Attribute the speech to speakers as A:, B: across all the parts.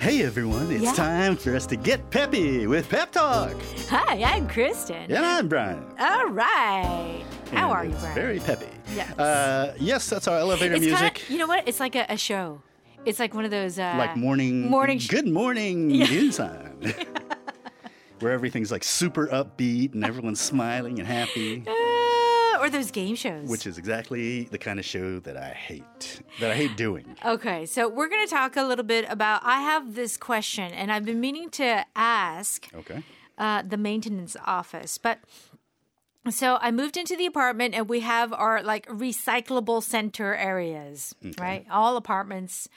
A: Hey everyone, it's
B: Yeah.
A: time for us to get peppy with Pep Talk.
B: Hi, I'm Kristen.
A: And I'm Brian.
B: All right. How
A: And
B: are you,
A: it's
B: Brian?
A: Very peppy.
B: Yes.
A: Uh, yes, that's our elevator
B: it's
A: music.
B: Kinda, you know what? It's like a, a show. It's like one of those uh,
A: like morning,
B: morning. sh-
A: good morning news on. Where everything's like super upbeat and everyone's smiling and happy,
B: Uh, or those game shows.
A: which is exactly the kind of show that I hate, that I hate doing.
B: Okay, so we're going to talk a little bit about. I have this question, and I've been meaning to ask
A: Okay.
B: uh, the maintenance office, but. So I moved into the apartment and we have our like recyclable center areas, right? All apartments,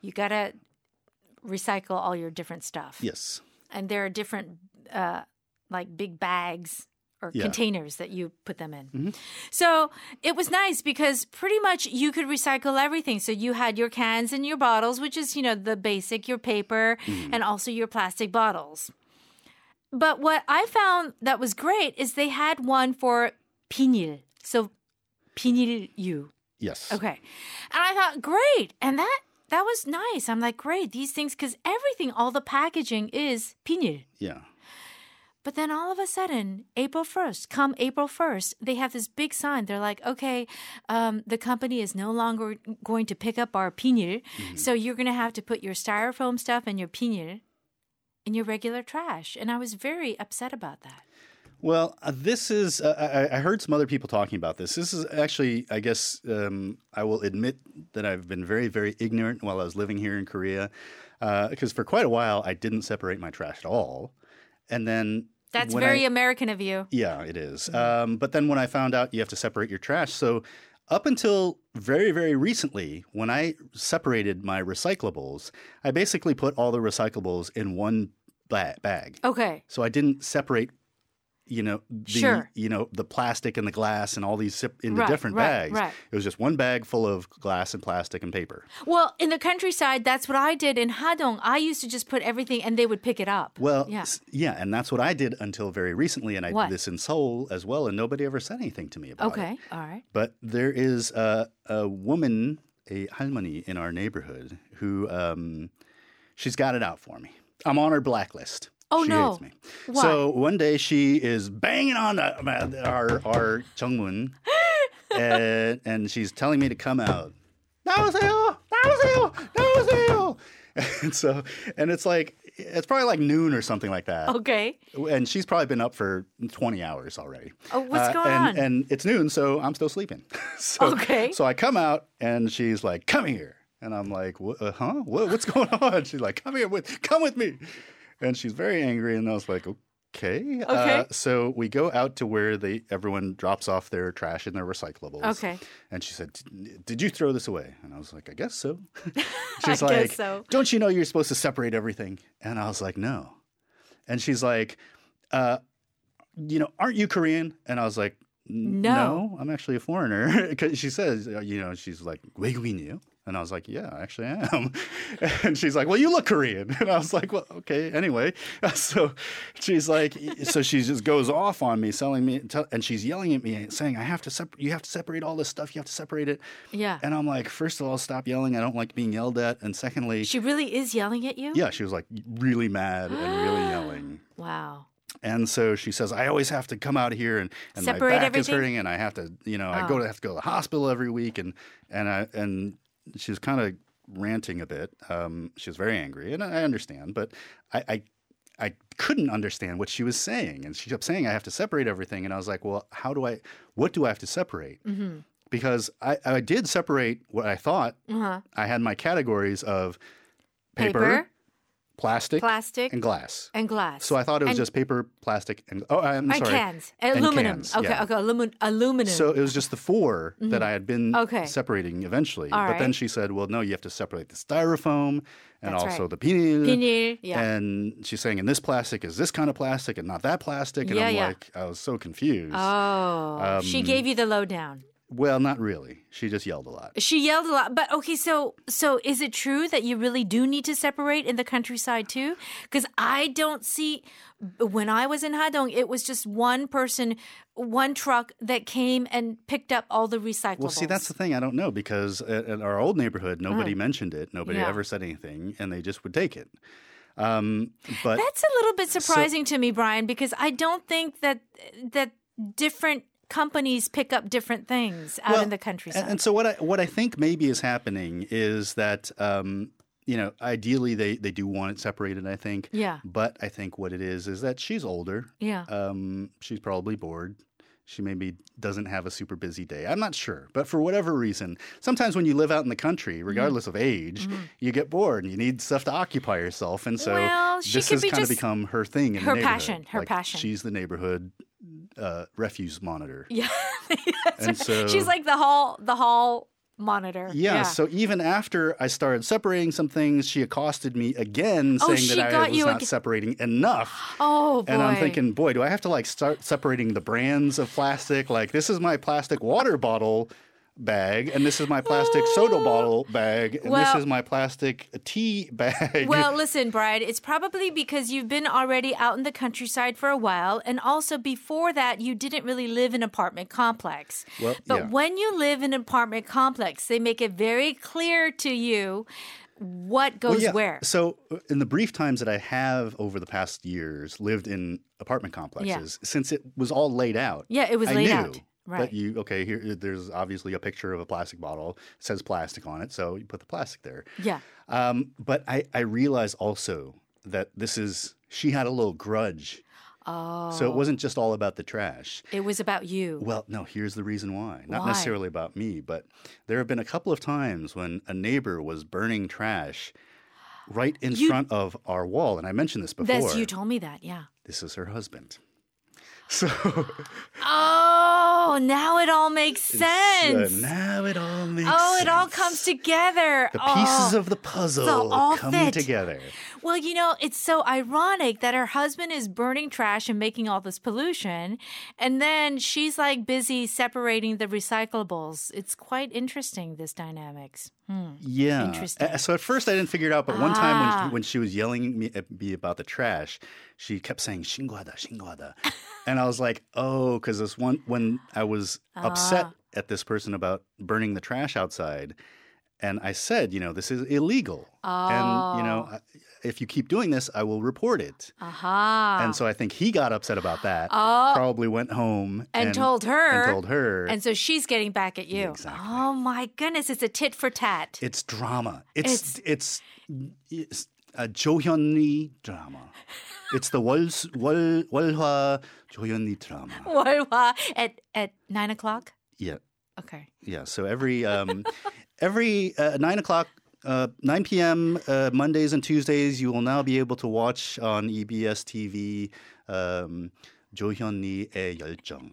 B: you gotta recycle all your different stuff.
A: Yes.
B: and there are different uh, like big bags or
A: Yeah.
B: containers that you put them in. So it was nice because pretty much you could recycle everything. So you had your cans and your bottles, which is, you know, the basic, your paper, and also your plastic bottles. But what I found that was great is they had one for pinil. So pinil you.
A: Yes.
B: Okay. And I thought, great. And that that was nice. I'm like, great, these things, because everything, all the packaging is pinyin.
A: Yeah.
B: But then all of a sudden, April 1st, come April 1st, they have this big sign. They're like, okay, um, the company is no longer going to pick up our pinyin.
A: Mm-hmm.
B: So you're going to have to put your styrofoam stuff and your pinyin in your regular trash. And I was very upset about that.
A: Well, uh, this is, uh, I, I heard some other people talking about this. This is actually, I guess, um, I will admit that I've been very, very ignorant while I was living here in Korea. Because for quite a while, I didn't separate my trash at all. And then.
B: That's
A: when
B: very Mm-hmm.
A: I-
B: American of you.
A: yeah, it is. Um, but then when I found out you have to separate your trash, so up until very, very recently, when I separated my recyclables, I basically put all the recyclables in one ba- bag.
B: Okay.
A: So I didn't separate, you know, the
B: Sure.
A: you know the plastic and the glass and all these sep- in
B: Right,
A: the different
B: right,
A: bags.
B: right.
A: It was just one bag full of glass and plastic and paper.
B: Well, in the countryside, that's what I did in Hadong. I used to just put everything and they would pick it up.
A: Well,
B: yeah.
A: s- yeah, and that's what I did until very recently, and I
B: What?
A: did this in Seoul as well, and nobody ever said anything to me about it.
B: Okay. All right.
A: But there is a, a woman, a halmoni in our neighborhood, who um, she's got it out for me. I'm on her blacklist.
B: Oh,
A: she
B: no.
A: Hates me.
B: Why?
A: So one day she is banging on the, uh, our our Jungmun, and, and she's telling me to come out. 나오세요! 나오세요! 나오세요! And so, and it's like it's probably like noon or something like that
B: Okay.
A: and she's probably been up for 20 hours already. Uh,
B: Oh, what's going
A: and,
B: on?
A: And it's noon, so I'm still sleeping. so,
B: Okay.
A: So I come out, and she's like, "Come here," and I'm like, "Wha- uh, "Huh? What, what's going on?" She's like, "Come here with, come with me," and she's very angry. And I was like, "Okay." Okay.
B: Okay.
A: so we go out to where they everyone drops off their trash and their recyclables.
B: Okay.
A: And she said, "D- "Did you throw this away?" And I was like, "I guess so."
B: I
A: she's
B: guess
A: like,
B: so.
A: "Don't you know you're supposed to separate everything?" And I was like, "No." And she's like, uh, you know, aren't you Korean? And I was like, "N-
B: No.
A: no I'm actually a foreigner. 'Cause she says, uh, you know, she's like, you? And I was like, yeah, actually I am. And she's like, well, you look Korean. And I was like, well, okay, anyway. So she's like, so she just goes off on me, selling me, tell- and she's yelling at me, saying, I have to separate, you have to separate all this stuff, you have to separate it.
B: Yeah.
A: And I'm like, first of all, stop yelling. I don't like being yelled at. And secondly,
B: She really is yelling at you?
A: yeah, she was like really mad and really yelling.
B: Wow.
A: And so she says, I always have to come out here and, and my
B: Separate
A: back is
B: everything? Oh.
A: hurting and I have to, you know, I go to have to go to the hospital every week and and I and she's kind of ranting a bit. Um, she was very angry and I understand, but I, I I couldn't understand what she was saying. And she kept saying I have to separate everything and I was like, Well, how do I what do I have to separate?
B: Mm-hmm.
A: Because I, I did separate what I thought
B: Uh-huh.
A: I had my categories of paper,
B: Paper,
A: plastic,
B: plastic,
A: and
B: and,
A: glass.
B: glass.
A: So I thought it was
B: And-
A: just paper, plastic, and oh, I'm
B: and
A: sorry,
B: cans.
A: and
B: aluminum.
A: cans,
B: okay,
A: yeah.
B: okay. Alumin- aluminum.
A: So it was just the 4 that I had been
B: Mm-hmm. Okay.
A: separating eventually.
B: All
A: but then
B: right.
A: she said, "Well, no, you have to separate the styrofoam and
B: That's
A: also
B: right.
A: the pinil."
B: Pinyin, yeah.
A: And she's saying, "And this plastic is this kind of plastic, and not that plastic." And
B: Yeah, Uh,
A: I'm
B: yeah.
A: like, I was so confused.
B: oh. she gave you the lowdown.
A: Well, not really. She just yelled a lot.
B: She yelled a lot. But okay, so so is it true that you really do need to separate in the countryside too? Because I don't see when I was in Hadong, it was just one person, one truck that came and picked up all the recyclables.
A: Well, see, that's the thing I don't know because at, at our old neighborhood, nobody mentioned it, nobody
B: Uh-huh. Yeah.
A: ever said anything, and they just would take it. Um, but
B: That's a little bit surprising to me, Brian, because I don't think that that different companies pick up different things out
A: Well,
B: in the
A: and-
B: countryside.
A: and, so what I what I think maybe is happening is that um, you know ideally they they do want it separated. I think.
B: Yeah.
A: But I think what it is is that she's older.
B: yeah.
A: Um, she's probably bored. She maybe doesn't have a super busy day. I'm not sure, but for whatever reason, sometimes when you live out in the country,
B: Mm-hmm.
A: regardless of age, you get bored and you need stuff to occupy yourself. And so
B: Well, she
A: this
B: could
A: has
B: be
A: kind of
B: just-
A: become her thing. In
B: her
A: the neighborhood.
B: passion, her
A: Like,
B: passion.
A: She's the neighborhood uh, refuse monitor.
B: yeah. That's
A: and
B: right.
A: so-
B: She's like the hall the hall monitor.
A: Yeah, So even after I started separating some things, she accosted me again,
B: Oh,
A: saying
B: she
A: that I
B: got
A: was
B: you
A: not
B: ag-
A: separating enough.
B: oh boy.
A: And I'm thinking, boy, do I have to like start separating the brands of plastic? Like this is my plastic water bottle bag, and this is my plastic soda bottle bag, and
B: Well-
A: this is my plastic tea bag.
B: Well, listen, Bride, it's probably because you've been already out in the countryside for a while, and also before that, you didn't really live in an apartment complex.
A: Well,
B: but
A: yeah.
B: when you live in an apartment complex, they make it very clear to you what goes
A: Well, yeah.
B: where.
A: So, uh, in the brief times that I have over the past years lived in apartment complexes, since it was all laid out,
B: Yeah, it was
A: I
B: laid
A: knew
B: out. Right.
A: That you okay? Here, uh, there's obviously a picture of a plastic bottle It says plastic on it, so you put the plastic there.
B: yeah.
A: Um, but I, I realize also that this is she had a little grudge,
B: Oh,
A: so it wasn't just all about the trash.
B: it was about you.
A: Well, no, here's the reason why. Not
B: Why?
A: necessarily about me, but there have been a couple of times when a neighbor was burning trash right in
B: You-
A: front of our wall. And I mentioned this before.
B: That's you told me that. Yeah.
A: this is her husband. So,
B: Oh, now it all makes sense.
A: so uh, now it all makes
B: oh, it all
A: sense.
B: comes together.
A: The
B: Oh.
A: pieces of the puzzle
B: all
A: come
B: fit.
A: together.
B: Well, you know, it's so ironic that her husband is burning trash and making all this pollution, and then she's like busy separating the recyclables. It's quite interesting, this dynamics. Hmm.
A: Yeah.
B: Interesting.
A: Uh, So at first I didn't figure it out, but one time
B: Ah.
A: when, when she was yelling at me, at me about the trash, she kept saying "shinguada, shinguada," and I was like, "Oh," because this one when I was upset
B: Ah.
A: at this person about burning the trash outside, and I said, you know, this is illegal, and you know,
B: Oh.
A: I- if you keep doing this, I will report it.
B: Aha.
A: And so I think he got upset about that.
B: Ah. Oh.
A: Probably went home
B: And told her.
A: And told her.
B: And so she's getting back at you.
A: Exactly.
B: Oh my goodness, it's a tit for tat.
A: It's drama. It's it's it's a Johyunni drama. It's the Wol's Wol Wolhwa Johyunni drama.
B: What- what? at at nine o'clock?
A: Yeah,
B: Okay.
A: yeah. So every um, every uh, nine o'clock. Uh, 9 p.m. Uh, Mondays and Tuesdays, you will now be able to watch on E EBS TV um, 조현이의 열정.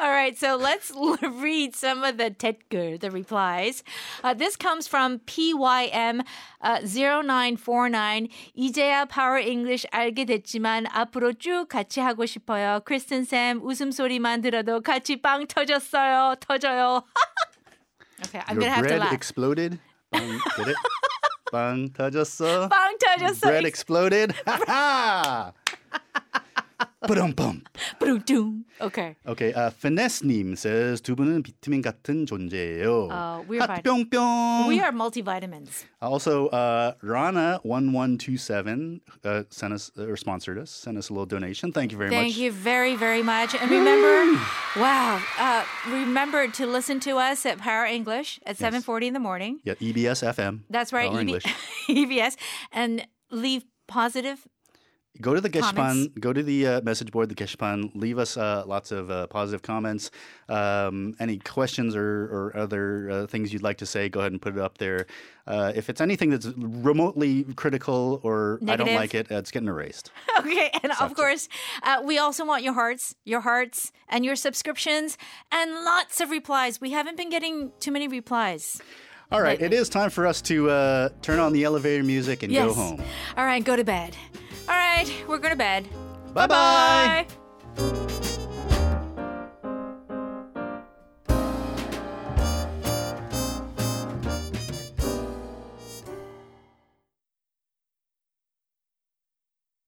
B: All right, so let's l- read some of the tetgur, the replies. Uh, this comes from PYM0949. uh, 이제야 Power English 알게 됐지만 앞으로 쭉 같이 하고 싶어요. 크리스틴 쌤 웃음소리만 들어도 같이 빵 터졌어요. 터져요. okay, I'm
A: Your
B: gonna have to
A: bread
B: laugh.
A: exploded. 빵, get it? 빵 터졌어.
B: 빵 터졌어요.
A: bread exploded. Ha ha! Ba-dum-bum.
B: Ba-dum-dum. Okay.
A: Okay, uh, Finesse-님 says 두 분은 비타민 같은 존재예요.
B: Uh, we're vit-
A: 뿅뿅.
B: We are multivitamins.
A: Also, uh, Rana one one two seven uh, sent us or sponsored us, sent us a little donation. Thank you very
B: Thank
A: much.
B: you very, very much. And remember, wow, uh, remember to listen to us at Power English at 7.40 in the morning.
A: Yeah, E EBS FM.
B: That's right, E
A: Power
B: EB-
A: English.
B: EBS. And leave positive.
A: Go to the
B: Comments.
A: Gespan, go to the uh, message board, the Gespan. Leave us uh, lots of uh, positive comments. Um, any questions or, or other uh, things you'd like to say, go ahead and put it up there. Uh, if it's anything that's remotely critical or I
B: Negative.
A: don't like it, uh, it's getting erased.
B: Okay, and of course, uh, we also want your hearts, your hearts, and your subscriptions, and lots of replies. We haven't been getting too many replies.
A: All right, it is time for us to uh, turn on the elevator music and go home.
B: All right, go to bed. All right, we're going to bed.
A: Bye bye.
B: Bye.